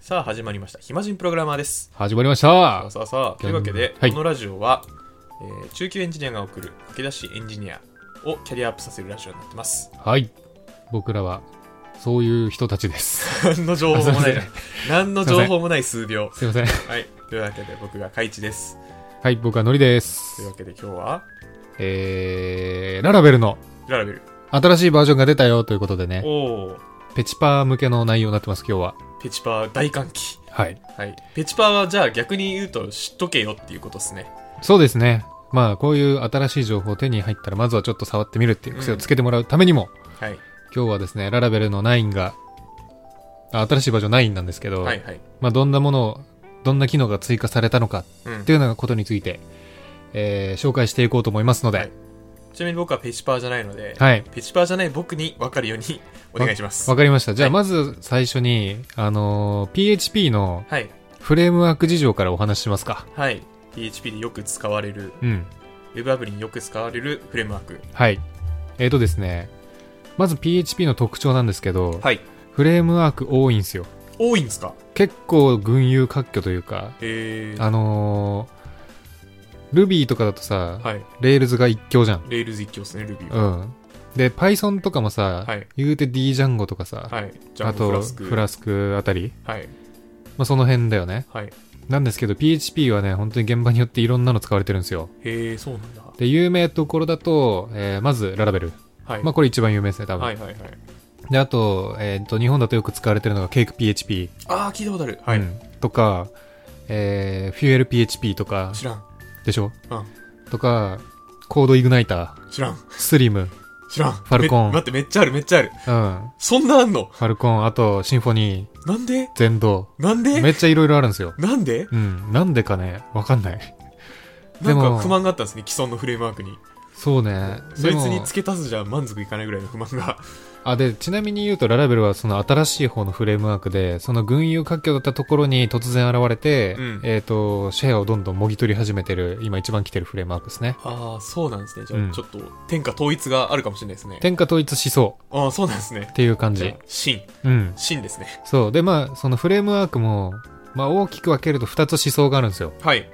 さあ始まりました暇人プログラマーです始まりましさたあさあさあというわけで、はいこのラジオは、えー中級エンジニアが送る駆け出しエンジニアをキャリアアップさせるラジオになってます はい僕らはそういう人たちです何の情報もないあすいま何の情報もない数秒すいませんはいというわけで僕がカイチですはい僕はのりでというすわけで今日はえー、ララベルのララベル新しいバージョンが出たよということでねおおペチパー向けの内容になってます今日はペチパー大歓喜はいはいペチパーはじゃあ逆に言うと知っとけよっていうことですねそうですねまあこういう新しい情報を手に入ったらまずはちょっと触ってみるっていう癖をつけてもらうためにも、はい今日はですねララベルの9があ新しいバージョン9なんですけど、はいはいまあ、どんなものをどんな機能が追加されたのかうんっていうようなことについて、えー紹介していこうと思いますので、はいちなみに僕はペチパーじゃないので、はい。ペチパーじゃない僕に分かるようにお願いしますわはかりました。じゃはあ、いまず最初に、あのー PHP のいフレームワーク事情からお話ししますか。はい。PHP でよく使われる、うん。 Web アプリによく使われるフレームワーク。はい。えーとですね、まず PHP の特徴なんですけど、はい。フレームワーク多いんですよ。多いんですか結構群雄割拠というか、えー。あのー、Ruby とかだとさ、はい。 Rails が一強じゃん。レールズ一強ですね、Ruby うは。ん。で、Python とかもさ、はい言うて D ジャンゴとかさ、はい。じゃあ、あフとラスク。フラスクあたり、はい。まあ、その辺だよね。はい。なんですけど PHP はね本当に現場によっていろんなの使われてるんですよへえ、そうなんだ。で有名ところだと、えーまずララベル、はい。まあこれ一番有名ですね多分、はいはいはい。であと,、えー、と日本だとよく使われてるのが CakePHP、あー、聞いたことある。はい。うんとか、えー、FuelPHP とか知らん。でしょうん。とかコードイグナイター知らん。スリム、知らん。ファルコンめ待って、めっちゃある、めっちゃある。うん、そんなあんのファルコンあとシンフォニーなんで全道なんでめっちゃいろいろあるんですよなんでうん、なんでかねわかんないなでんもか不満があったんですね、既存のフレームワークに。そうねそいつでにも付け足すじゃ満足いかないぐらいの不満が。 あでちなみに言うとララベルはその新しい方のフレームワークでその群雄割拠だったところに突然現れて、うんえっとシェアをどんどんもぎ取り始めてる今一番来てるフレームワークですねああ、そうなんですね。じゃうあ、んちょっと、天下統一があるかもしれないですね。天下統一しそああ、そうなんですねうっ。ていう感じじゃあ、真。うん真ですね。そうでまあそのフレームワークも、まあ、大きく分けると2つ思想があるんですよはい。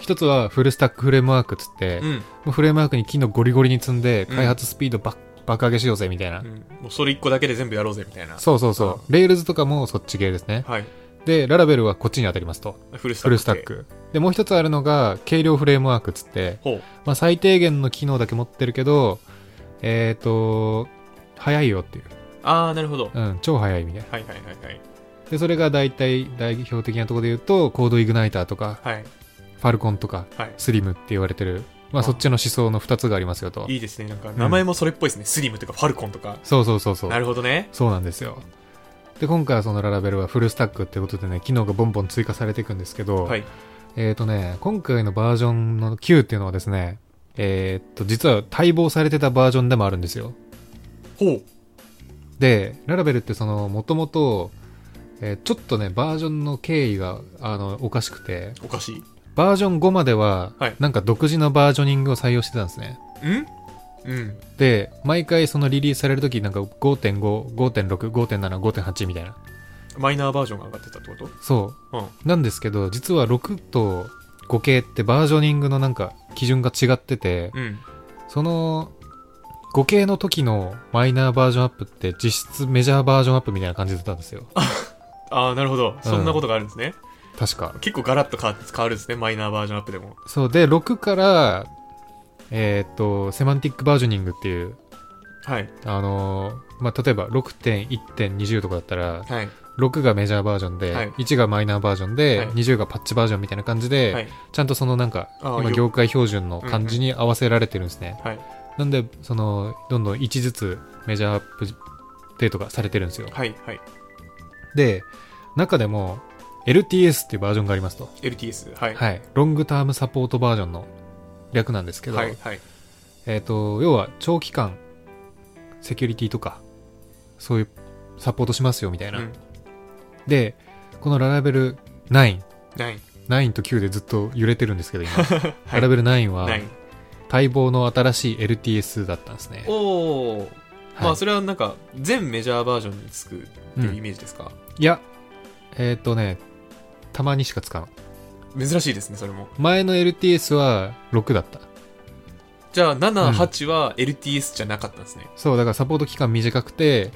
一つはフルスタックフレームワークっつって、うもん。うフレームワークに機能ゴリゴリに積んでうん開発スピードばっ爆上げしようぜみたいな、うんもうそれ一個だけで全部やろうぜ、みたいな。そうそうそうレールズとかもそっち系ですねはい。でララベルはこっちに当たりますとフルスタック。フルスタッ。ク。で、もう一つあるのが、軽量フレームワークっつって、ほう。まあ、最低限の機能だけ持ってるけど、えっ、と、早いよっていう。ああ、なるほど。うん、超早いみたいな。はいはいはいはい。で、それが大体代表的なところで言うと、コードイグナイターとか、はい。ファルコンとか、はいスリムって言われてる、まあ、あそっちの思想の二つがありますよと。いいですね。なんか、名前もそれっぽいですね。スリムとか、ファルコンとか。そうそうそうそなう。るほどね。そうなんですよ。で、今回はそのララベルはフルスタックってことでね、機能がボンボン追加されていくんですけど、はい。えーとね、今回のバージョンの9っていうのはですね、えー、と、実は待望されてたバージョンでもあるんですよ。ほう。で、ララベルってその、もともと、えーちょっとね、バージョンの経緯が、あの、おかしくて、おかしい。んバージョン5までははい、なんか独自のバージョニングを採用してたんですね。うん。で、毎回そのリリースされるとき、なんか5.5、5.6、5.7、5.8みたいな。マイナーバージョンが上がってたってことそうう。なんですけど、実は6と5系ってバージョニングのなんか、基準が違ってて、ん。うん。その、5系の時のマイナーバージョンアップって実質メジャーバージョンアップみたいな感じだったんですよ。ああ、なるほど。そんなことがあるんですね。確か。結構ガラッと変わ変わるんですね。マイナーバージョンアップでも。そう、で、6から、えーっと、セマンティックバージョニングっていう、はい。あのーまあ、例えば6.1.20とかだったら、はい。 6がメジャーバージョンで、はい1がマイナーバージョンで、はい20がパッチバージョンみたいな感じで、はい。ちゃんとそのなんか、あー今よ業界標準の感じに合わせられてるんですね。はい。なんで、その、どんどん1ずつメジャーアップデートがされてるんですよ。はい。はい。で、中でも LTS っていうバージョンがありますと。 LTS。はい。はい。ロングタームサポートバージョンの略なんですけど、はい。はい。えっ、と、要は長期間、セキュリティとか、そういうサポートしますよみたいな。うんで、このララベル9、ない。 9と9でずっと揺れてるんで すけど、今。はいララベル9はない。待望の新しい LTS だったんですね。おお。はいまあそれはなんか全メジャーバージョンにつくっていうイメージですか、いや、えーっ、とね、たまにしか使わない。珍しいですねそれも前の LTS は6だった。じゃあうん78は LTS じゃなかったんですね、そう、だからサポート期間短くて、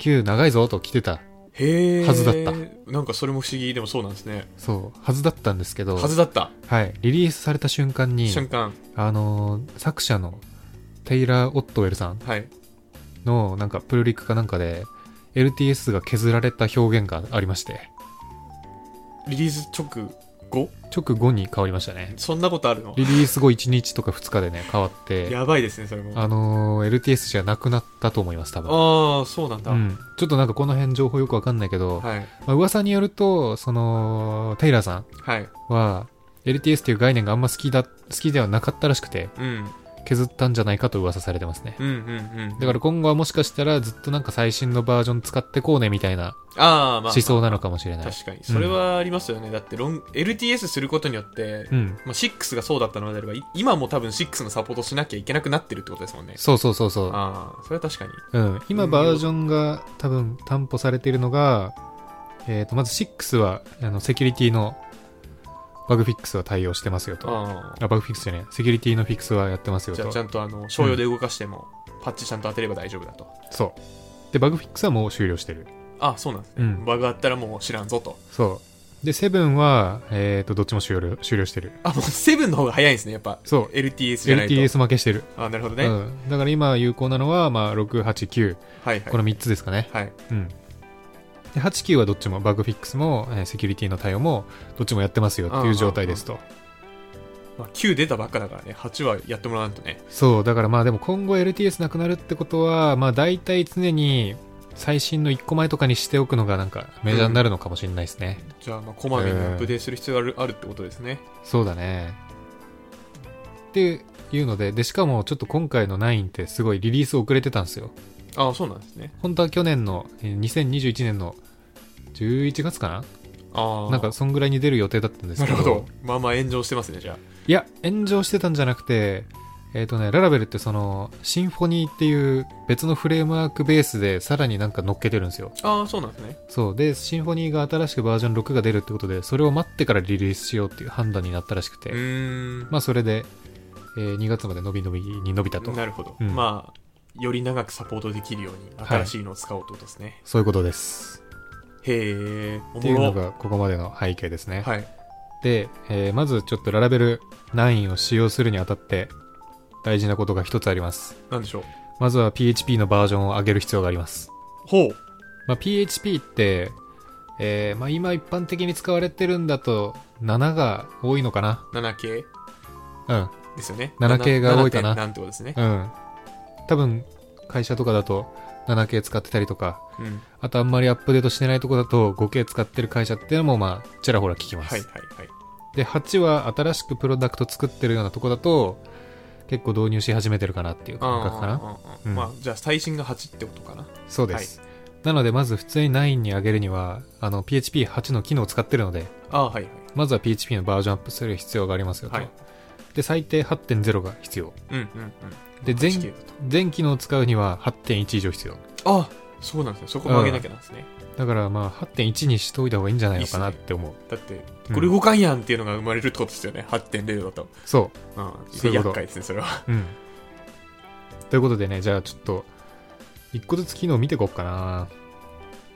9長いぞと来てた。へえはずだったなんかそれも不思議でもそうなんですねそう、はずだったんですけど、はずだったはい、リリースされた瞬間に、瞬間あのー作者のテイラー・オットウェルさんはいのなんかプルリックかなんかで、LTS が削られた表現がありまして、リリース直後直後に変わりましたね。そんなことあるのリリース後1日とか2日でね、変わって、やばいですねそれもああのー LTS じゃなくなったと思います、多分。あーそうなんだ、うん、ちょっとなんかこの辺情報よくわかんないけど、はいまあ、噂によると、その、テイラーさはいんは、LTS っていう概念があんま好きだ、好きではなかったらしくて、うん削ったんじゃないかと噂されてますね。うんうんうんだから今後はもしかしたらずっとなんか最新のバージョン使ってこうねみたいなああまあ思想なのかもしれない。確かにそれはありますよね、だってロン LTS することによって、うん。まあ、6がそうだったのであればい今も多分6のサポートしなきゃいけなくなってるってことですもんねそうそうそうそああそれは確かにう。うん。今バージョンが多分担保されているのが、えっ、と、まず6は、あの、セキュリティのバグフィックスは対応してますよと。ああ、バグフィックスじゃねえセキュリティのフィックスはやってますあよじゃあとち。ゃんとあの商用で動かしても、パッチちゃんと当てれば大丈夫だとそう。で、バグフィックスはもう終了してる。ああそうなんですね、うんバグあったらもう知らんぞとそう。で、セブンは、えっ、と、どっちも終了、終了してる。あもう7の方が早いんですねやっぱそう。 LTS じゃないと LTS 負けしてる。ああなるほどね、うはいん。だから今有効なのは、まあ、6、8、9。はいこの3つですかね。はいうん。で、8、9はどっちも、バグフィックスも、えーセキュリティの対応も、どっちもやってますよっていう状態ですと。まあ、9出たばっかだからね8はやってもらわんとねそう、だからまあでも今後 LTS なくなるってことは、まあ大体常に、最新の1個前とかにしておくのがなんかメジャーになるのかもしれないですね。じゃあまあこまめにアップデートする必要がある,、あるってことですねそうだね。っていうので、で、しかもちょっと今回の9ってすごいリリース遅れてたんですよ。ああそうなんですね本当は去年の、えー2021年の11月かあなあなんかそんぐらいに出る予定だったんですなけど。るほど。まあまあ炎上してますね、じゃいや、炎上してたんじゃなくて、えっ、とね、ララベルってその、シンフォニーっていう別のフレームワークベースでさらになんか乗っけてるんですよ。あ。ああ、そうなんですね。そう。で、シンフォニーが新しくバージョン6が出るってことで、それを待ってからリリースしようっていう判断になったらしくうて、ーん。まあそれで、えー2月まで伸び伸びに伸びたと。なるほど。うんまあ、より長くサポートできるように新しいのを使おうってことですね。そういうことです。へえ、おっていうのもろ。がここまでの背景ですね。はい。で、えーまずちょっとララベル9を使用するにあたって、大事なことが一つあります。なんでしょう。まずは PHP のバージョンを上げる必要があります。ほう。まあ、PHP って、えーまあ、今一般的に使われてるんだと7が多いのかな7系うんですよね。 7系が多いかななんてことですね。うん多分会社とかだと 7K 使ってたりとかうん。あとあんまりアップデートしてないとこだと 5K 使ってる会社っていうのもまあちらほら聞きます、はいはいはい。で8は新しくプロダクト作ってるようなとこだと結構導入し始めてるかなっていう感覚かなあーうんまあ、じゃあ最新が8ってことかな。そうです、なのでまず普通に9に上げるにはあの PHP8 の機能を使ってるのでああ、はいまずは PHP のバージョンアップする必要がありますよと、はい。はい。で最低8.0が必要うんうんうん。で8全系だと全機能を使うには8.1以上必要あそうなんですね。そこも上げなきゃなんですね。だからまあ8.1にしといた方がいいんじゃないのかなって思うだって、うんこれ動かんやんっていうのが生まれるってことですよね。8.0だと。そうん。そうでいうこと厄介ですね、それは。ううんということでねじゃあちょっと一個ずつ機能見てこっかな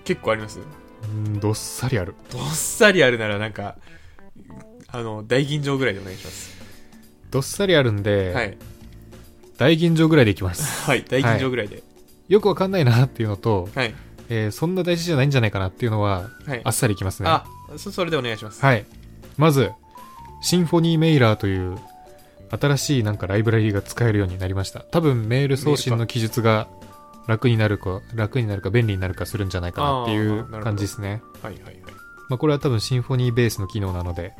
結構ありますうんどっさりあるどっさりあるならなんかあの大吟醸ぐらいでお願いしますどっさりあるんで、はい大吟醸ぐらいでいきますはい大吟醸ぐらいでよくわかんないなっていうのと、はいえーそんな大事じゃないんじゃないかなっていうのははいあっさりいきますねあそそれでお願いしますはい。まず、シンフォニーメイラーという新しいなんかライブラリーが使えるようになりました。多分メール送信の記述が楽になるか、楽になるか便利になるかするんじゃないかなっていあーなるうほど感じですね。はいはいはいまあこれは多分シンフォニーベースの機能なので、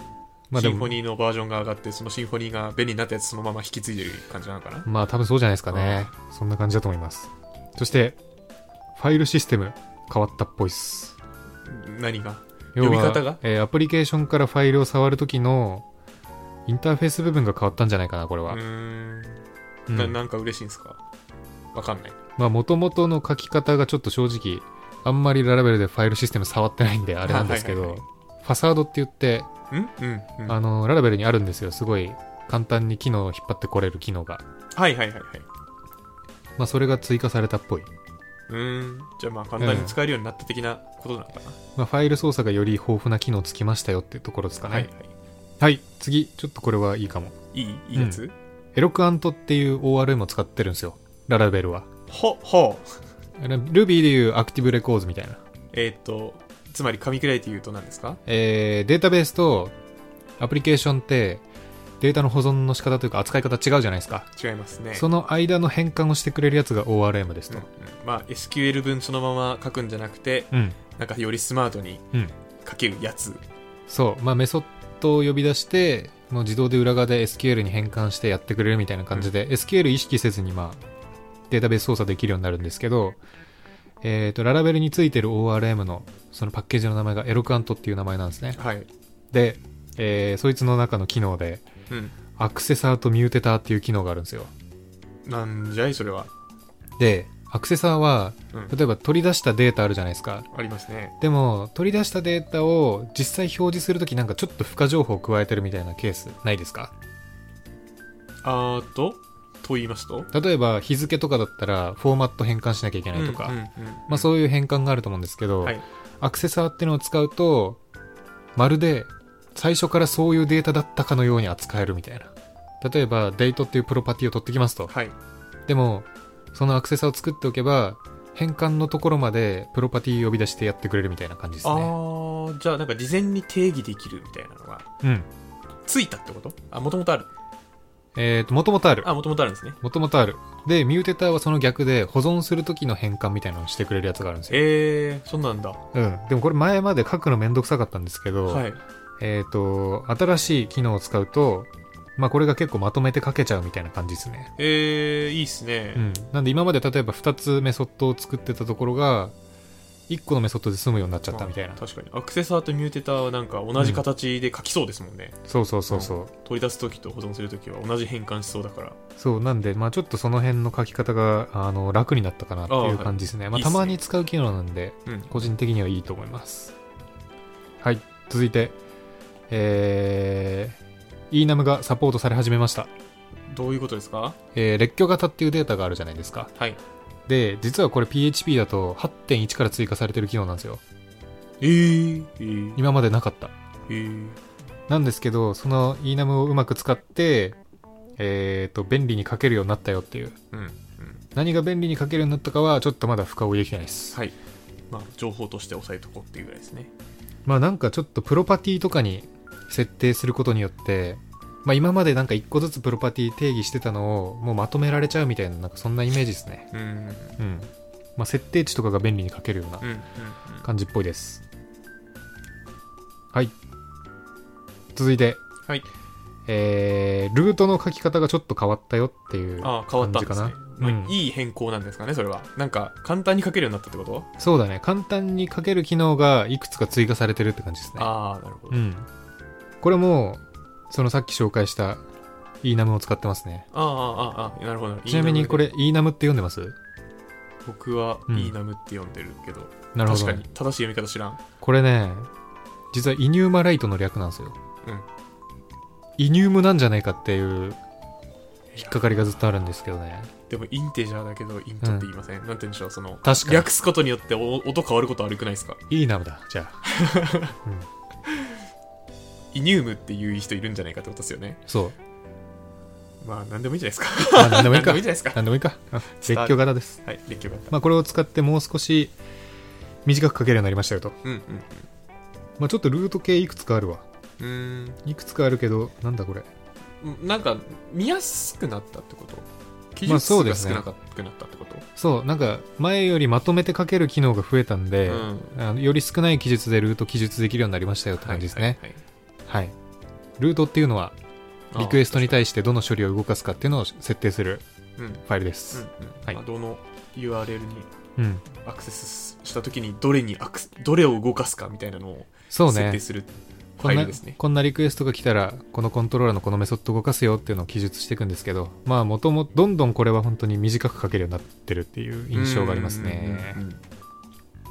まあシでンフォも、ニーのバージョンが上がってそのシンフォニーが便利になったやつそのまま引き継いでる感じなのかなまあ多分そうじゃないですかね。そんな感じだと思います。そして、ファイルシステム変わったっぽいっす。何が要は呼び方がえーアプリケーションからファイルを触るときのインターフェース部分が変わったんじゃないかな、これうは。ーんうんななんか嬉しいんですかわかんないまあ、もともとの書き方がちょっと正直、あんまりララベルでファイルシステム触ってないんであれなんですけど、はいはいファサードって言って、うんうんうんあのララベルにあるんですよすごい簡単に機能を引っ張ってこれる機能が、はいはいはいはいまあ、それが追加されたっぽい、うーんじゃあまあ簡単に使えるようになった的なことなのかな、まあ、ファイル操作がより豊富な機能つきましたよっていうところですかねははいいは、次ちょっとこれはいいかもいいいいいいやつ、エロクアントっていう ORM を使ってるんですよララベルはほほうあれ Ruby でいうアクティブレコーズみたいな、えーっとつまり紙くらいというと何ですかえーデータベースとアプリケーションってデータの保存の仕方というか扱い方違うじゃないですか違いますねその間の変換をしてくれるやつが ORM ですうんとうん、まあ SQL 文そのまま書くんじゃなくてうんなんかよりスマートにうん書けるやつそうまあメソッドを呼び出してもう自動で裏側で SQL に変換してやってくれるみたいな感じで、SQL 意識せずにまあデータベース操作できるようになるんですけどえっ、とララベルについてる ORM のそのパッケージの名前がエロクアントっていう名前なんですねはいで、えーそいつの中の機能でうんアクセサーとミューテターっていう機能があるんですよなんじゃいそれはでアクセサーはうん例えば取り出したデータあるじゃないですかありますねでも取り出したデータを実際表示するときなんかちょっと付加情報を加えてるみたいなケースないですかあーとと言いますと例えば日付とかだったらフォーマット変換しなきゃいけないとか、うんうんうんまあ、そういう変換があると思うんですけど、はいアクセサーっていうのを使うとまるで最初からそういうデータだったかのように扱えるみたいな例えばデートっていうプロパティを取ってきますとはいでもそのアクセサーを作っておけば変換のところまでプロパティ呼び出してやってくれるみたいな感じですあねーじゃあなんか事前に定義できるみたいなのがうんついたってことあもともとあるえっ、ともともとあるあもともとあるんですねもともとあるでミューテターはその逆で保存するときの変換みたいなのをしてくれるやつがあるんですよ、えー、そんなんだうん、でもこれ前まで書くのめんどくさかったんですけど、はいえっ、と、新しい機能を使うと、まあこれが結構まとめて書けちゃうみたいな感じですね。えー、いいっすねうん。なんで今まで例えば2つメソッドを作ってたところが、1個のメソッドで済むようになっちゃったみたいなまあ。確かにアクセサーとミューテターはなんか同じ形で書きそうですもんね、そうそうそうそう。取り出す時と保存する時は同じ変換しそうだからそう、なんで、まあちょっとその辺の書き方が、あの、楽になったかなっていう感じですね。あーまはあいたまに使う機能なんで、うん個人的にはいいと思います。はい、続いて、えー、e ナムがサポートされ始めました。どういうことですかえー列挙型っていうデータがあるじゃないですか。はいで、実はこれ PHP だと8.1から追加されてる機能なんですよ。えー、えー、今までなかった。えー、なんですけど、その enum をうまく使って、えっ、と、便利に書けるようになったよっていう。うんうん何が便利に書けるようになったかは、ちょっとまだ深追いできてないです。はいまあ情報として押さえとこうっていうぐらいですねまあなんかちょっとプロパティとかに設定することによって、まあ今までなんか一個ずつプロパティ定義してたのを、もうまとめられちゃうみたいな、なんかそんなイメージですね。うんうんうん。まあ設定値とかが便利に書けるようなうんうん感じっぽいですはい続いてはいえー、ルートの書き方がちょっと変わったよっていうああ変わったんです感ねじかまな、あうんいい変更なんですかねそれはなんか簡単に書けるようになったってこと、そうだね簡単に書ける機能がいくつか追加されてるって感じですねああなるほど、うんこれもそのさっき紹介した enum を使ってますねああああああなるほどちなみにこれ enum って読んでます僕はうんイーナムって呼んでるけど、なるほ確どかね、に正しい読み方知らんこれね実はイニューマライトの略なんですよ、うんイニュームなんじゃないかっていう引っかかりがずっとあるんですけどねでもインテジャーだけどイントって言いません、なんて言うんでしょうその確かに略すことによってお音変わること悪くないですかいいナムだじゃあイニウムっていう人いるんじゃないかってことですよね そうまあ何でもいいんじゃないですかあ何でもい何いでかもいいんじゃないですか何でもいいかあ列伝わる挙型です、はい列挙型まあ、これを使ってもう少し短く書けるようになりましたよと、うんうんまあ、ちょっとルート系いくつかあるわうーいくつかあるけどなんだこれんなんか見やすくなったってこと記まあ述そ数うでがす少ねなくなったってこと、そうなんか前よりまとめて書ける機能が増えたんで、うんあのより少ない記述でルート記述できるようになりましたよって感じですねはいはいはい、ルートっていうのははいリクエストに対してどの処理を動かすかっていうのを設定するうんうんうんファイルです。はいまあどの URL にうん。アクセスしたときにどれにアクセどれを動かすかみたいなのをそう設定ねするフこんァイなルですね。こんなリクエストが来たら、このコントローラーのこのメソッドを動かすよっていうのを記述していくんですけど、まあ、もともどんどんこれは本当に短く書けるようになってるっていう印象がありますねうんうんうんうん。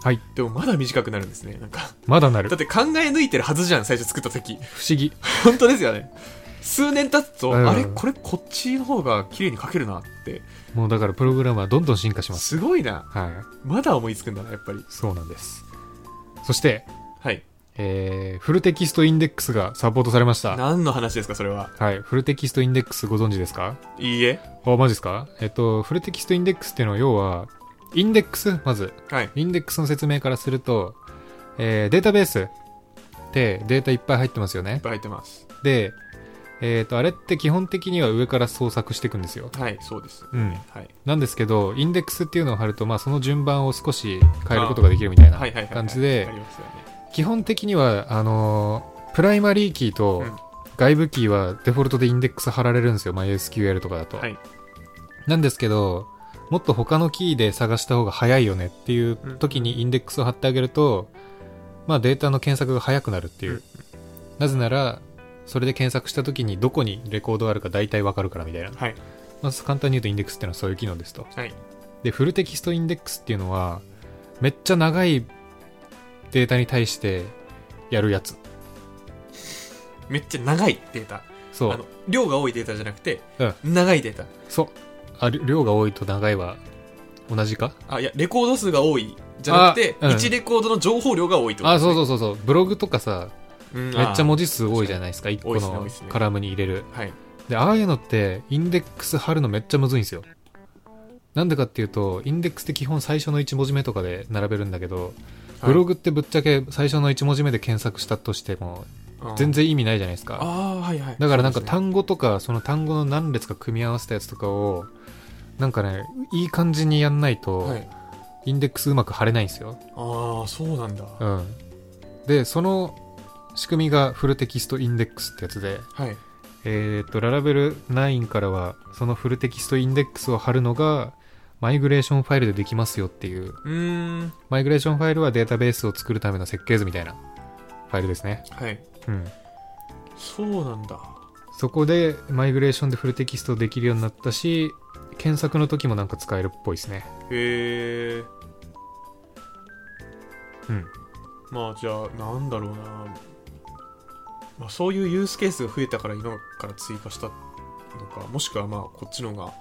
はいでもまだ短くなるんですねなんかまだなるだって考え抜いてるはずじゃん最初作った時 不思議本当ですよね数年経つと、うんあれこれこっちの方が綺麗に書けるなってもうだからプログラムはどんどん進化しますすごいなはいまだ思いつくんだなやっぱりそうなんですそして、はいえーフルテキストインデックスがサポートされました何の話ですかそれははいフルテキストインデックスご存知ですかいいえあマジですかえっとフルテキストインデックスっていうのは要はインデックスまずはいインデックスの説明からすると、えーデータベースってデータいっぱい入ってますよいねっぱい入ってますで、えっとあれって基本的には上から創作していくんですよはいそうですうんはいなんですけどインデックスっていうのを貼ると、まあ、その順番を少し変えることができるみたいなはいはいはいはい感じでありますよね基本的にはあのープライマリーキーとうん外部キーはデフォルトでインデックス貼られるんですよ MySQL とかだと、はいなんですけどもっと他のキーで探した方が早いよねっていう時にインデックスを貼ってあげると、まあ、データの検索が早くなるっていう、うんなぜならそれで検索した時にどこにレコードがあるか大体わかるからみたいなはいまず簡単に言うとインデックスっていうのはそういう機能ですと。はいで、フルテキストインデックスっていうのは、めっちゃ長いデータに対してやるやつ。めっちゃ長いデータそあのう。量が多いデータじゃなくて、う長いデータそう。あ、り量が多いと長いは同じかあいやレコード数が多いじゃなくて、あうん1レコードの情報量が多いってことあ、そうう、そうそうそう。ブログとかさ、うんめっちゃあ文字数多いじゃないですか。1個多いっすね多のいっすねカラムに入れる。ーはいで、ああいうのって、インデックス貼るのめっちゃむずいんですよ。なんでかっていうと、インデックスって基本最初の1文字目とかで並べるんだけど、ブログってぶっちゃけ最初の1文字目で検索したとしても、はい全然意味ないじゃないですか。ああーはいはいだからなんかそう単語とかその単語の何列か組み合わせたやつとかをなんかねいい感じにやんないとですねインデックスうまく貼れないんですよ、はい、ああそうなんだ、うんでその仕組みがフルテキストインデックスってやつではいえっ、とララベル9からはそのフルテキストインデックスを貼るのがマイグレーションファイルでできますよっていううーんマイグレーションファイルはデータベースを作るための設計図みたいなファイルですねはいうんそうなんだそこでマイグレーションでフルテキストできるようになったし検索の時もなんか使えるっぽいですねへえうんまあじゃあなんだろうな、まあ、そういうユースケースが増えたから今から追加したのかもしくはまあこっちの方が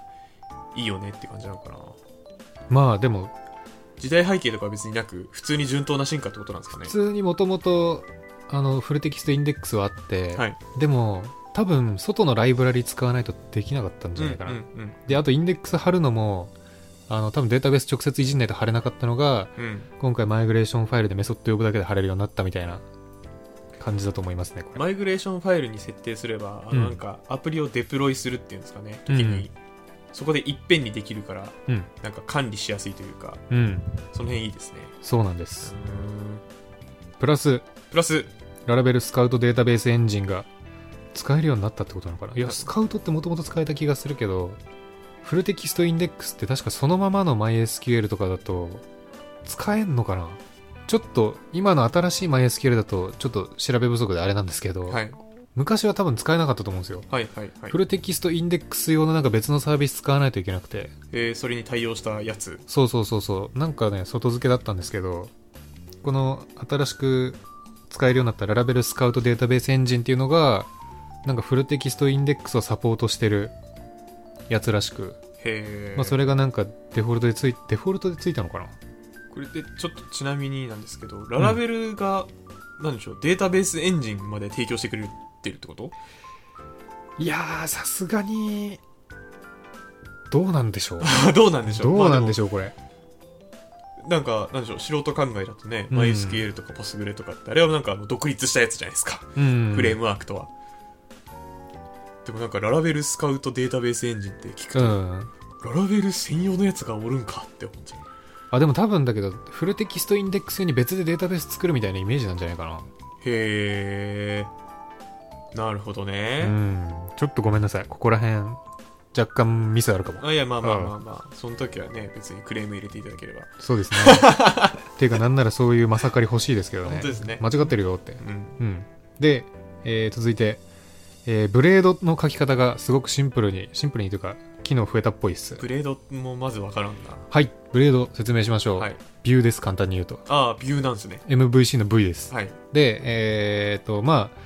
いいよねって感じなのかなまあでも時代背景とかは別になく普通に順当な進化ってことなんですかね普通にもともとあのフルテキストインデックスはあって、はいでも多分外のライブラリ使わないとできなかったんじゃないかな、うんうんであとインデックス貼るのもあの多分データベース直接いじんないと貼れなかったのがうん、うん今回マイグレーションファイルでメソッド呼ぶだけで貼れるようになったみたいな感じだと思いますねこれマイグレーションファイルに設定すれば、あうんのなんかアプリをデプロイするっていうんですかね、うん時に、そこでいっぺんにできるから、うんなんか管理しやすいというか、うんその辺いいですね。そうなんですプラスプラス、ララベルスカウトデータベースエンジンが使えるようになったってことなのかないや、はいスカウトってもともと使えた気がするけど、フルテキストインデックスって確かそのままの MySQL とかだと使えんのかなちょっと今の新しい MySQL だとちょっと調べ不足であれなんですけど、はい、昔は多分使えなかったと思うんですよ。はい、はい、はいフ。ルテキストインデックス用のなんか別のサービス使わないといけなくて、えーそれに対応したやつ。そうそうそうそう、なんかね、外付けだったんですけど、この新しく使えるようになったララベルスカウトデータベースエンジンっていうのが、なんかフルテキストインデックスをサポートしてるやつらしく、へーまあそれがなんかデフォルトでつい、デフォルトでついたのかなこれでちょっとちなみになんですけど、ララベルが、なんでしょう、データベースエンジンまで提供してくれてるってこと いやー、さすがに、どうなんでしょうどうなんでしょうどうなんでょしょうこれ。う、なんか、なんでしょう、素人考えだとね、うん MySQL とか PostgreSQL とかって、あれはなんかあの独立したやつじゃないですか。うん。フレームワークとは。でもなんかララベルスカウトデータベースエンジンって聞くうと、ん。ララベル専用のやつがおるんかって思っちゃう。あ、でも多分だけど、フルテキストインデックス用に別でデータベース作るみたいなイメージなんじゃないかな。へー。なるほどうね。ん、ちょっとごめんなさい、ここら辺、若干ミスあるかも。あいや、まあまあまあまあ、その時はね、別にクレーム入れていただければ。そう ですね。っていうか、なんならそういうまさかり欲しいですけどね。本当ですね間違ってるよって。うん。うん。で、えー続いて、えーブレードの書き方がすごくシンプルにシンプルにというか機能増えたっぽいっすグレードもまずわからんなはいブレード説明しましょう、はいビューです簡単に言うとああビューなんですね MVC の V ですはいでえっとまあ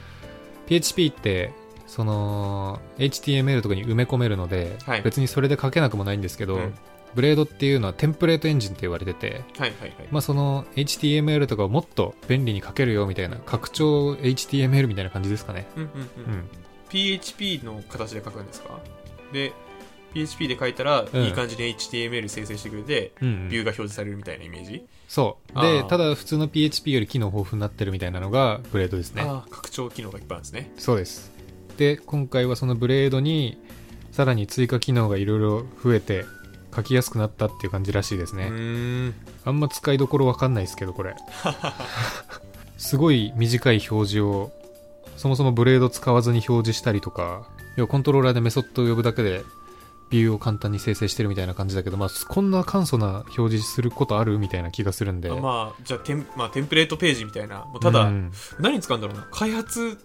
PHP ってその HTML とかに埋め込めるので、はい別にそれで書けなくもないんですけど、うんブレードっていうのはテンプレートエンジンって言われてて、はいはいはい、まあ、その HTML とかをもっと便利に書けるよみたいな拡張 HTML みたいな感じですかね、うんうんうん、PHP の形で書くんですかで PHP で書いたら、うんいい感じに HTML 生成してくれて、うんうんビューが表示されるみたいなイメージ、そうあーでただ普通の PHP より機能豊富になってるみたいなのがブレードですねああ拡張機能がいっぱいあるんですねそうですで今回はそのブレードにさらに追加機能がいろいろ増えて書きやすくなったっていう感じらしいですうね、ーんあんま使いどころわかんないですけどこれ すごい短い表示をそもそもブレード使わずに表示したりとか要はコントローラーでメソッドを呼ぶだけでビューを簡単に生成してるみたいな感じだけど、まあ、こんな簡素な表示することあるみたいな気がするんで、あまあじゃあテン,、まあ、テンプレートページみたいなもうただ、うん何に使うんだろうな開発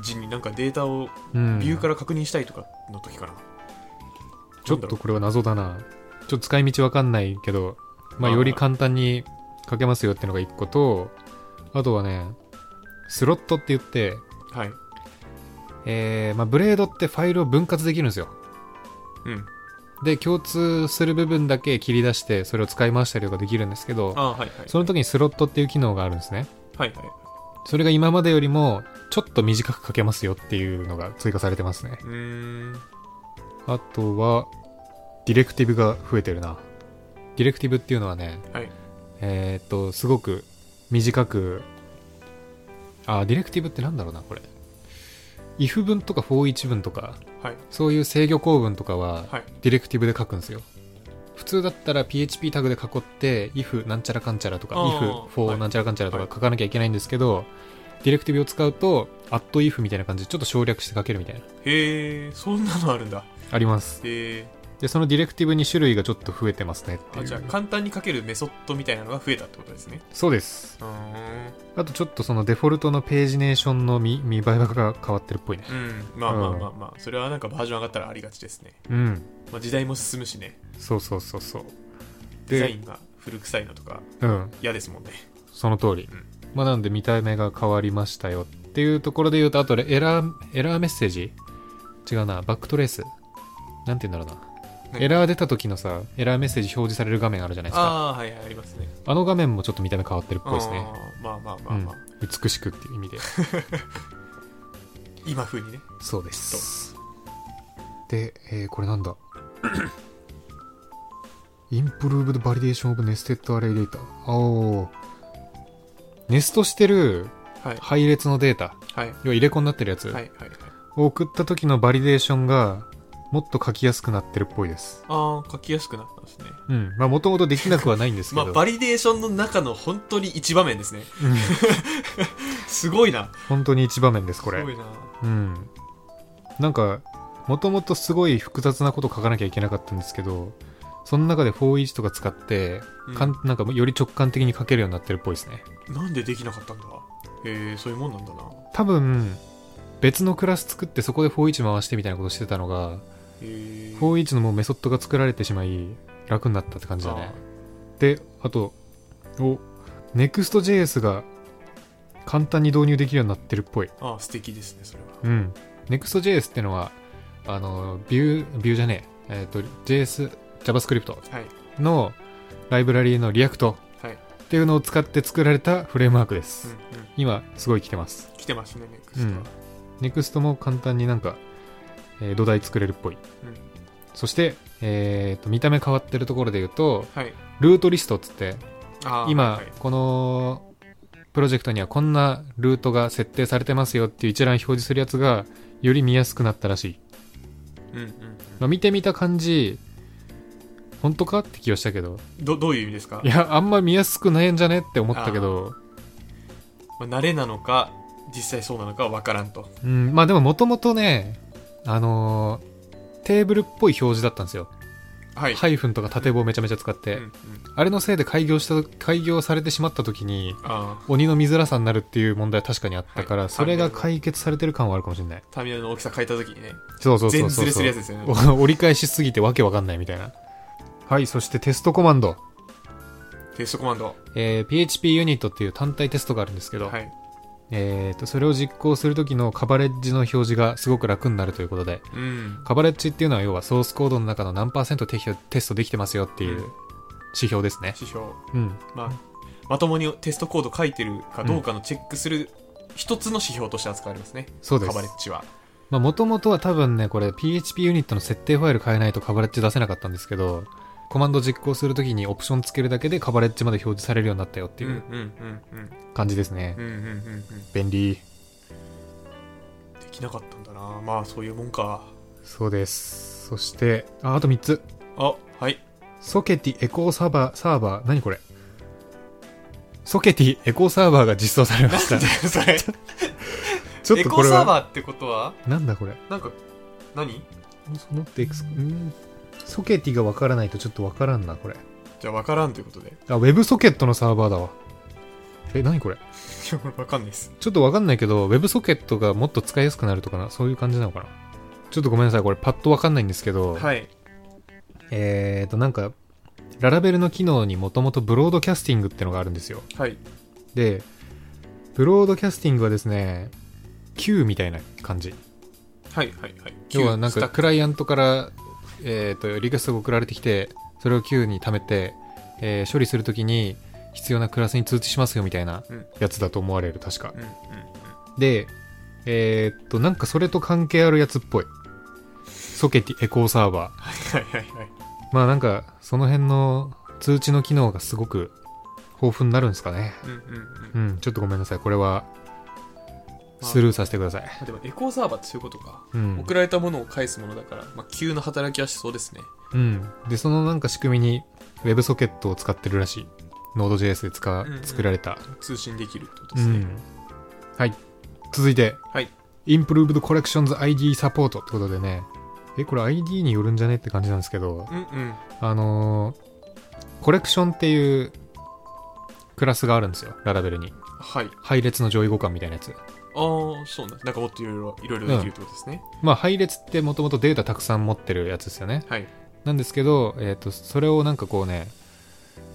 時になんかデータをうんビューから確認したいとかの時かな、ちょっとこれは謎だな。ちょっと使い道わかんないけど、まあ、あーより簡単に書けますよってのが一個と、あとはね、スロットって言って、はいえーまあ、ブレードってファイルを分割できるんですよ。うんで、共通する部分だけ切り出して、それを使い回したりとかできるんですけど、あーはいはいその時にスロットっていう機能があるんですね。はいはいそれが今までよりも、ちょっと短く書けますよっていうのが追加されてますね。うーんあとは、ディレクティブが増えてるな。ディレクティブっていうのはね、はいえーっと、すごく短く、あ、ディレクティブってなんだろうな、これ。if 文とか for each 文とか、はいそういう制御構文とかは、はいディレクティブで書くんですよ。普通だったら PHP タグで囲って、if なんちゃらかんちゃらとか、あー if は for いなんちゃらかんちゃらとかはい書かなきゃいけないんですけど、ディレクティブを使うと、at if みたいな感じでちょっと省略して書けるみたいな。へえそんなのあるんだあります。へえで、そのディレクティブに種類がちょっと増えてますねっていあう。じゃあ簡単に書けるメソッドみたいなのが増えたってことですねそうです。うーんあとちょっとそのデフォルトのページネーションの見見栄えが変わってるっぽいね。うんまあまあまあまあ、それはなんかバージョン上がったらありがちですね、うん。まあ、時代も進むしねそうそうそうそう。デザインが古臭いのとかうん。嫌ですもんねその通り。うんまあなんで見た目が変わりましたよっていうところで言うと、あとエラー、エラーメッセージ違うな、バックトレース。なんて言うんだろうな。何エラー出た時のさ、エラーメッセージ表示される画面あるじゃないですか。ああはいはいありますねあの画面もちょっと見た目変わってるっぽいですね。あーまあまあまうあんまあ、。美しくっていう意味で。今風にねそうです。で、えーこれなんだ ?Improved Validation of Nested Array Data。おー。ネストしてるはい配列のデータ、はい要は入れ子になってるやつ、はいはいはいを送った時のバリデーションがもっと書きやすくなってるっぽいです。ああ書きやすくなったんですねうん。まあもともとできなくはないんです けまど。あバリデーションの中の本当に一場面ですね すごいな本当に一場面です、これすご。いなうん。なんか、もともとすごい複雑なこと書かなきゃいけなかったんですけど、その中で 4H とか使って、うんかんなんかより直感的に書けるようになってるっぽいですね。なんでできなかったんだへえそういうもんなんだな多分、別のクラス作ってそこで 4H 回してみたいなことしてたのが、へえ 4H のもうメソッドが作られてしまい、楽になったって感じだね。で、あと、お、Next.js が簡単に導入できるようになってるっぽい。あーあー素敵ですねそれはうん。Next.js ってのは、あの、ビュー、ビューじゃねえ、えっ、と、JS、JavaScript はいのライブラリーの React はい、っていうのを使って作られたフレームワークでうんす。うん、今、すごい来てます。来てますねネクうストはん Next も簡単になんか、えー土台作れるっぽい。うんそして、えっ、と、見た目変わってるところで言うと、はいルートリストっつって、あー今、はいこのプロジェクトにはこんなルートが設定されてますよっていう一覧表示するやつがより見やすくなったらしい、うんうんうんまあ、見てみた感じ本当かって気はしたけどどどういう意味ですかいやあんま見やすくないんじゃねって思ったけどまあ、慣れなのか実際そうなのかは分からんとうんまあでももともとねあのーテーブルっぽい表示だったんですよはい。ハイフンとか縦棒めちゃめちゃ使っうて、んうんあれのせいで開業した開業されてしまった時にああ、鬼の見づらさになるっていう問題は確かにあったから、はいそれが解決されてる感はあるかもしれないターミナルの大きさ変えた時にね、そうそうそ全うそズうレするやつですよね。 お折り返しすぎてわけわかんないみたいなはいそしてテストコマンド、テストコマンド。えー PHP ユニットっていう単体テストがあるんですけど、はい。えー、とそれを実行する時のカバレッジの表示がすごく楽になるということでうん。カバレッジっていうのは要はソースコードの中の何パーセントテヒテストできてますよっていう指標ですね指標。うんまあ、まともにテストコード書いてるかどうかのチェックする一つの指標として扱われますね。そうですカバレッジは。まあ、もともとは多分ね、これ PHP ユニットの設定ファイル変えないとカバレッジ出せなかったんですけど、コマンド実行するときにオプションつけるだけでカバレッジまで表示されるようになったよってうんいううんうん感じですねうん。う。んうんうんうん。で便利。きなかったんだな。まあ、そういうもんか。そうです。そして、あ、あと3つ。あ、 はい。ソケティエコーサーバー、サーバー、何これソケティエコーサーバーが実装されま した。それ。ちょっエとコこーれサーは、バーってことは、なんだこれ。なんか、何そのっていくつうんソケティがわからないとちょっとわからんな、これ。じゃあ分からんということで。い あ、ウェブソケットのサーバーだわ。え、何これや、これ分かんないです。ちょっとわかんないけど、WebSocket がもっと使いやすくなるとかな、そういう感じなのかな。ちょっとごめんなさい、これパッとわかんないんですけど、はい。えーと、なんか、ララベルの機能にもともとブロードキャスティングってのがあるんですよ。はい。で、ブロードキャスティングはですね、Q みたいな感じ。はいはいはい。要はなんスタか、ッククライアントから、えーと、リクエストが送られてきて、それを Q に貯めて、えー処理するときに必要なクラスに通知しますよみたいなうんやつだと思われる、確かう。んうんで、えーっと、なんかそれと関係あるやつっぽい。ソケティエコーサーバー。はいはいはいはい。まあなんか、その辺の通知の機能がすごく豊富になるんですかね。うんうんうん。うまん、ちょっとごめんなさい。これは、あスルーさせてください。あでもエコーサーバーってそういうことか。うん送。られたものを返すものだから、まあ、急な働きはしそうですね。うん。で、そのなんか仕組みに WebSocket を使ってるらしい。Node.js で使ううんうん作られた。通信できるってことうですね。ん。はい。続いて、はい。 Improved Collections ID Support ってことでね。え、これ ID によるんじゃねって感じなんですけど、うんうん。あのーコレクションっていうクラスがあるんですよ、ララベルに。はい。配列の上位互換みたいなやつ。ああ、そうなんなんかもっといろいろ、いろいろできるってことですね。まあ、配列ってもともとデータたくさん持ってるやつですよね。はい。なんですけど、えっ、と、それをなんかこうね、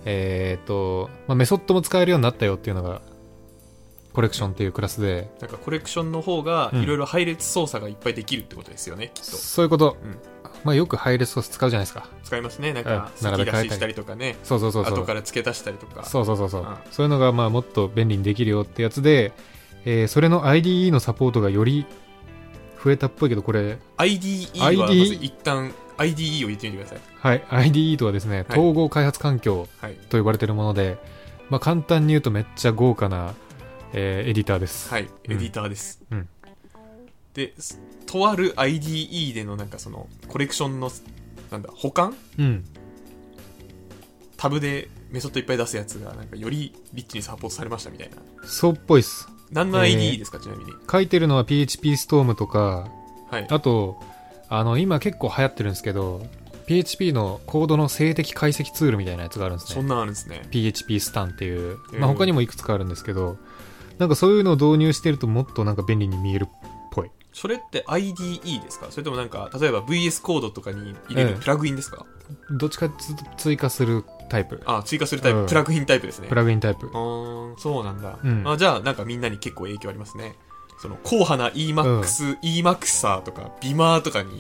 えっ、と、まあ、メソッドも使えるようになったよっていうのが、コレクションっていうクラスで、なんかコレクションの方が、うんいろいろ配列操作がいっぱいできるってことですよね、きっと。そういうこと。うんまあ、よく配列ソース使うじゃないですか。使いますね。なんうんか、並先べ出替えたりししたりとかね。そうそうそうそう。後から付け足したりとか。そうそうそうそう、うんそういうのがまあもっと便利にできるよってやつで、えーそれの IDE のサポートがより増えたっぽいけどこれ IDE は ID まず一旦 IDE を言ってみてください。はい IDE とはですねはい統合開発環境はい。と呼ばれてるもので、まあ、簡単に言うとめっちゃ豪華な、えーエディターです、はい、エディターです。うんですとある IDE でのなんかそのコレクションのなんだ保管うんタブでメソッドいっぱい出すやつがなんかよりリッチにサポートされましたみたいな。そうっぽいっす何のえー IDE ですか、ちなみに。書いてるのは PHP ストームとかはい。あとあの今結構流行ってるんですけど PHP のコードの静的解析ツールみたいなやつがあるんですねそんなんあるんですね。 PHP スタンっていう、えーまあ、他にもいくつかあるんですけど、なんかそういうのを導入してるともっとなんか便利に見えるっぽいそれって IDE ですかそれともなんか、例えば VS コードとかに入れええるプラグインですか、どっちかつ追加するタイプあ、追加するタイプ、うんプラグインタイプですね。プラグインタイプうーん、そうなんだ。うんあじゃあ、なんかみんなに結構影響ありますね。その、硬派な EMAX、EMAXer とか、ビマーとかに、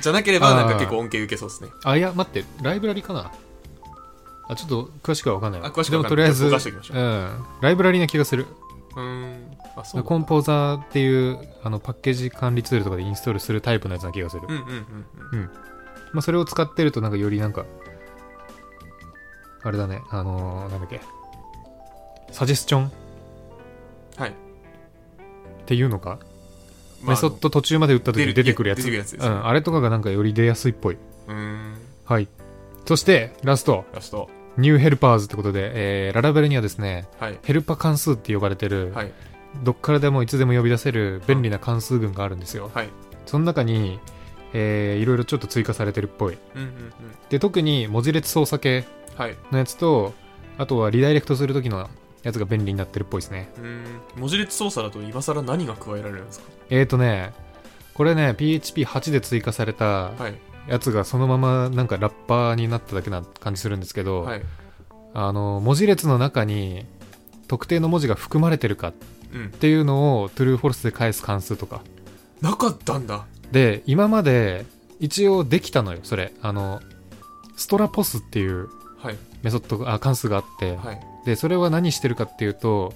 じゃなければ、なんあかー結構恩恵受けそうですね。あいや待ってライブラリかなあちょっと詳しくは分かんないわあ詳しくではも分かとんなりあいえず、うちょっと詳しく行きましょん、ライブラリな気がするうーん。あ、そうなんだコンポーザーっていうあのパッケージ管理ツールとかでインストールするタイプのやつな気がする、うんうんうんうん。まあ、それを使ってるとなんかよりなんかあれだねあのーなんだっけサジェスチョンはい。っていうのまか、あメソッド途中まで打った時出にる出てくるやつ出てくるやつですうねん、あれとかがなんかより出やすいっぽいあのうーん。はいそしてラストラスト。ニューヘルパーズってことで、えーララベルにはですねはい。ヘルパ関数って呼ばれてる、はい。どっからでもいつでも呼び出せる便利な関数群があるんですよはい。その中に、えーいろいろちょっと追加されてるっぽい。うんうんうんで、特に文字列操作系はいのやつと、あとはリダイレクトするときのやつが便利になってるっぽいですね。うーん文字列操作だと今更何が加えられるんですかえーとね、これね、PHP8 で追加されたはいやつがそのままなんかラッパーになっただけな感じするんですけど、はいあの、文字列の中に特定の文字が含まれてるかっうんていうのを true false で返す関数とか。なかったんだで、今まで一応できたのよ、それ。あの、ストラポスっていうはいメソッドが、あ、関数があって、はいで、それは何してるかっていうと、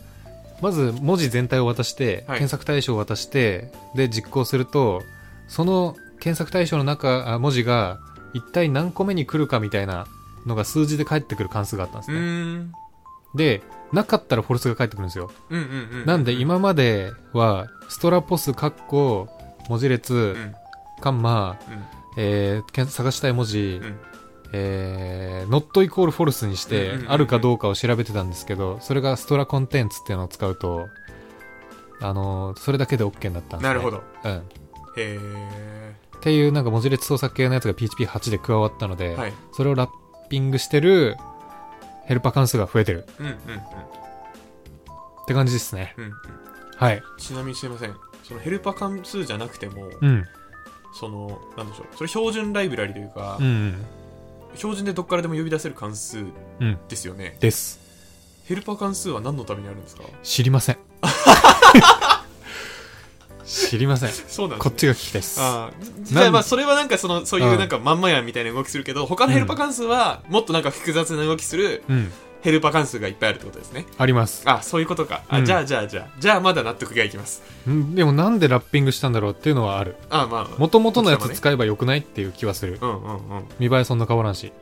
まず文字全体を渡して、はい検索対象を渡して、で、実行すると、その検索対象の中、あ文字が一体何個目に来るかみたいなのが数字で返ってくる関数があったんですうね。ーんで、なかったらフォルスが返ってくるんですよ。うんうんうんなんで今までは、ストラポス、カッコ、文字う列ん、うんカンマ、えー検探したい文字、うんえー、not イコールフォルスにしてうんうんうん、あるかどうかを調べてたんですけど、それがストラコンテンツっていうのを使うと、あのーそれだけで OK になったんです、ね、なるほ。どうん。っへえていうなんか文字列操作系のやつが PHP8 で加わったので、はいそれをラッピングしてるヘルパー関数が増えてるうんうんって感じですね。うんうんはい。ちなみにすいませんそのヘルパ関数じゃなくても、うん。そのなんでしょうそれ標準ライブラリというか、うんうん。標準でどっからでも呼び出せる関数うんですよね、です。ヘルパー関数は何のためにあるんですか知り ません。知りません。そうなんです、こね、っちが聞きたいです。あーじじゃあまあそれはなんかそのそういううんなんかまんまやんみたいな動きするけど他のヘルパー関数はもっとなんか複雑な動きするうん。ヘルパー関数がいっぱいあるってことですねあります。あそういうことかあ、うんじゃあじゃあじゃあじゃあまだ納得がいきますうんでもなんでラッピングしたんだろうっていうのはある。あまあまあ元々のやつ使えばよくないっていう気はする。うんうんうん見栄えそんな変わらんし。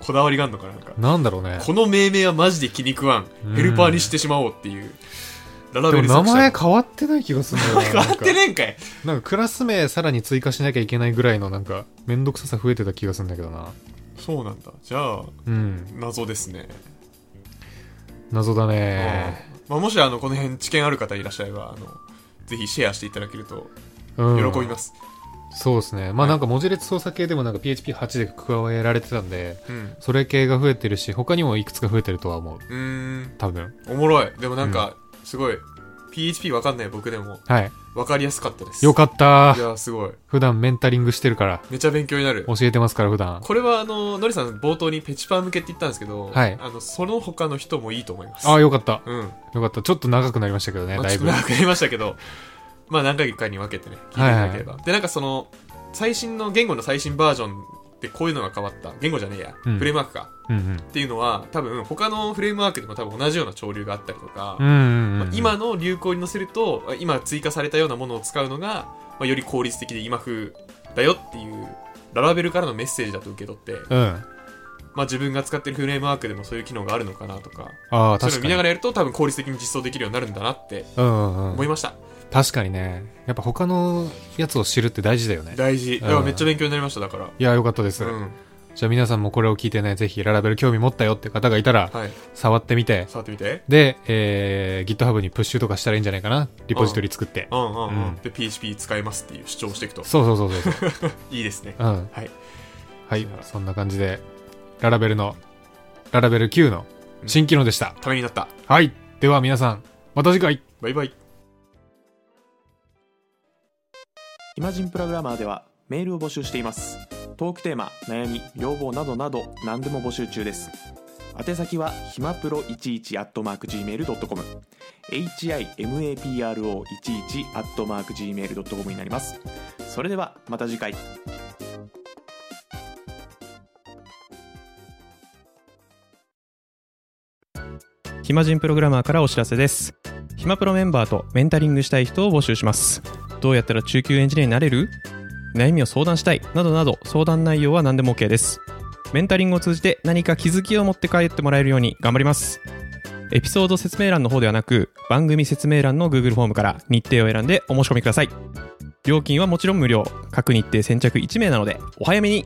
こだわりがあるのかななんかなんだろうね。この命名はマジで気に食わんうんヘルパーにしてしまおうっていうララベルでも名作者前変わってない気がするんだよな。変わってねえんかいなんかなんかクラス名さらに追加しなきゃいけないぐらいのなんかめんどくささ増えてた気がするんだけどな。そうなんだじゃあうん。謎ですね、謎だね。うんまあ、もしあのこの辺知見ある方いらっしゃればあのぜひシェアしていただけるとうん。喜びます、そうですね。まあなんか文字列操作系でもなんか PHP8 で加えられてたんで、うんそれ系が増えてるし、他にもいくつか増えてるとは思う。うーん多分。おもろいでもなんか、すごい PHP わかんない僕でもはい。わかりやすかったですよかったい。やすごい普段メンタリングしてるから。めちゃ勉強になる教えてますから、普段。これはあののりさん冒頭にペチパー向けって言ったんですけど、はいあのその他の人もいいと思いますああ、よかった。うん、よかった。ちょっと長くなりましたけどね、まあだちょいっとぶ。長くなりましたけどまあ何回かに分けてね聞いていただければ、でなんかその最新の言語の最新バージョンでこういうのが変わった言語じゃねえや、うんフレームワークかうんうっん。ていうのは多分他のフレームワークでも多分同じような潮流があったりとか、うんうんまうあん。今の流行に乗せるとあ今追加されたようなものを使うのが、まあ、より効率的で今風だよっていうララベルからのメッセージだと受け取って、うん。あまあ、自分が使ってるフレームワークでもそういう機能があるのかなとかあ、そういう確のか見ながに。らやると多分効率的に実装できるようになるんだなってうんうん思ういん。ました、確かにね。やっぱ他のやつを知るって大事だよね。大事んだからめっちゃ勉強になりましただからいや、よかったです。うんじゃあ皆さんもこれを聞いてね、ぜひララベル興味持ったよって方がいたら、はい触ってみて、触ってみてで、えー、GitHub にプッシュとかしたらいいんじゃないかな。リポジトリ作ってう。んうんうん、うんで PHP 使えますっていう主張をしていくとそうそうそうそ うそう。いいですね。うん。はいはい。そんな感じで、ララベルの、ララベル9の新機能でした。ためになったはい。では皆さん、また次回バイバイイマジンプログラマーではメールを募集していますトークテーマ悩み要望などなど何でも募集中です宛先はひまプロ11 at mark gmail.com himapro11 at mark gmail.com になりますそれではまた次回暇人プログラマーからお知らせです暇プロメンバーとメンタリングしたい人を募集しますどうやったら中級エンジニアになれる悩みを相談したいなどなど相談内容は何でも OK ですメンタリングを通じて何か気づきを持って帰ってもらえるように頑張りますエピソード説明欄の方ではなく番組説明欄の Google フォームから日程を選んでお申し込みください料金はもちろん無料各日程先着1名なのでお早めに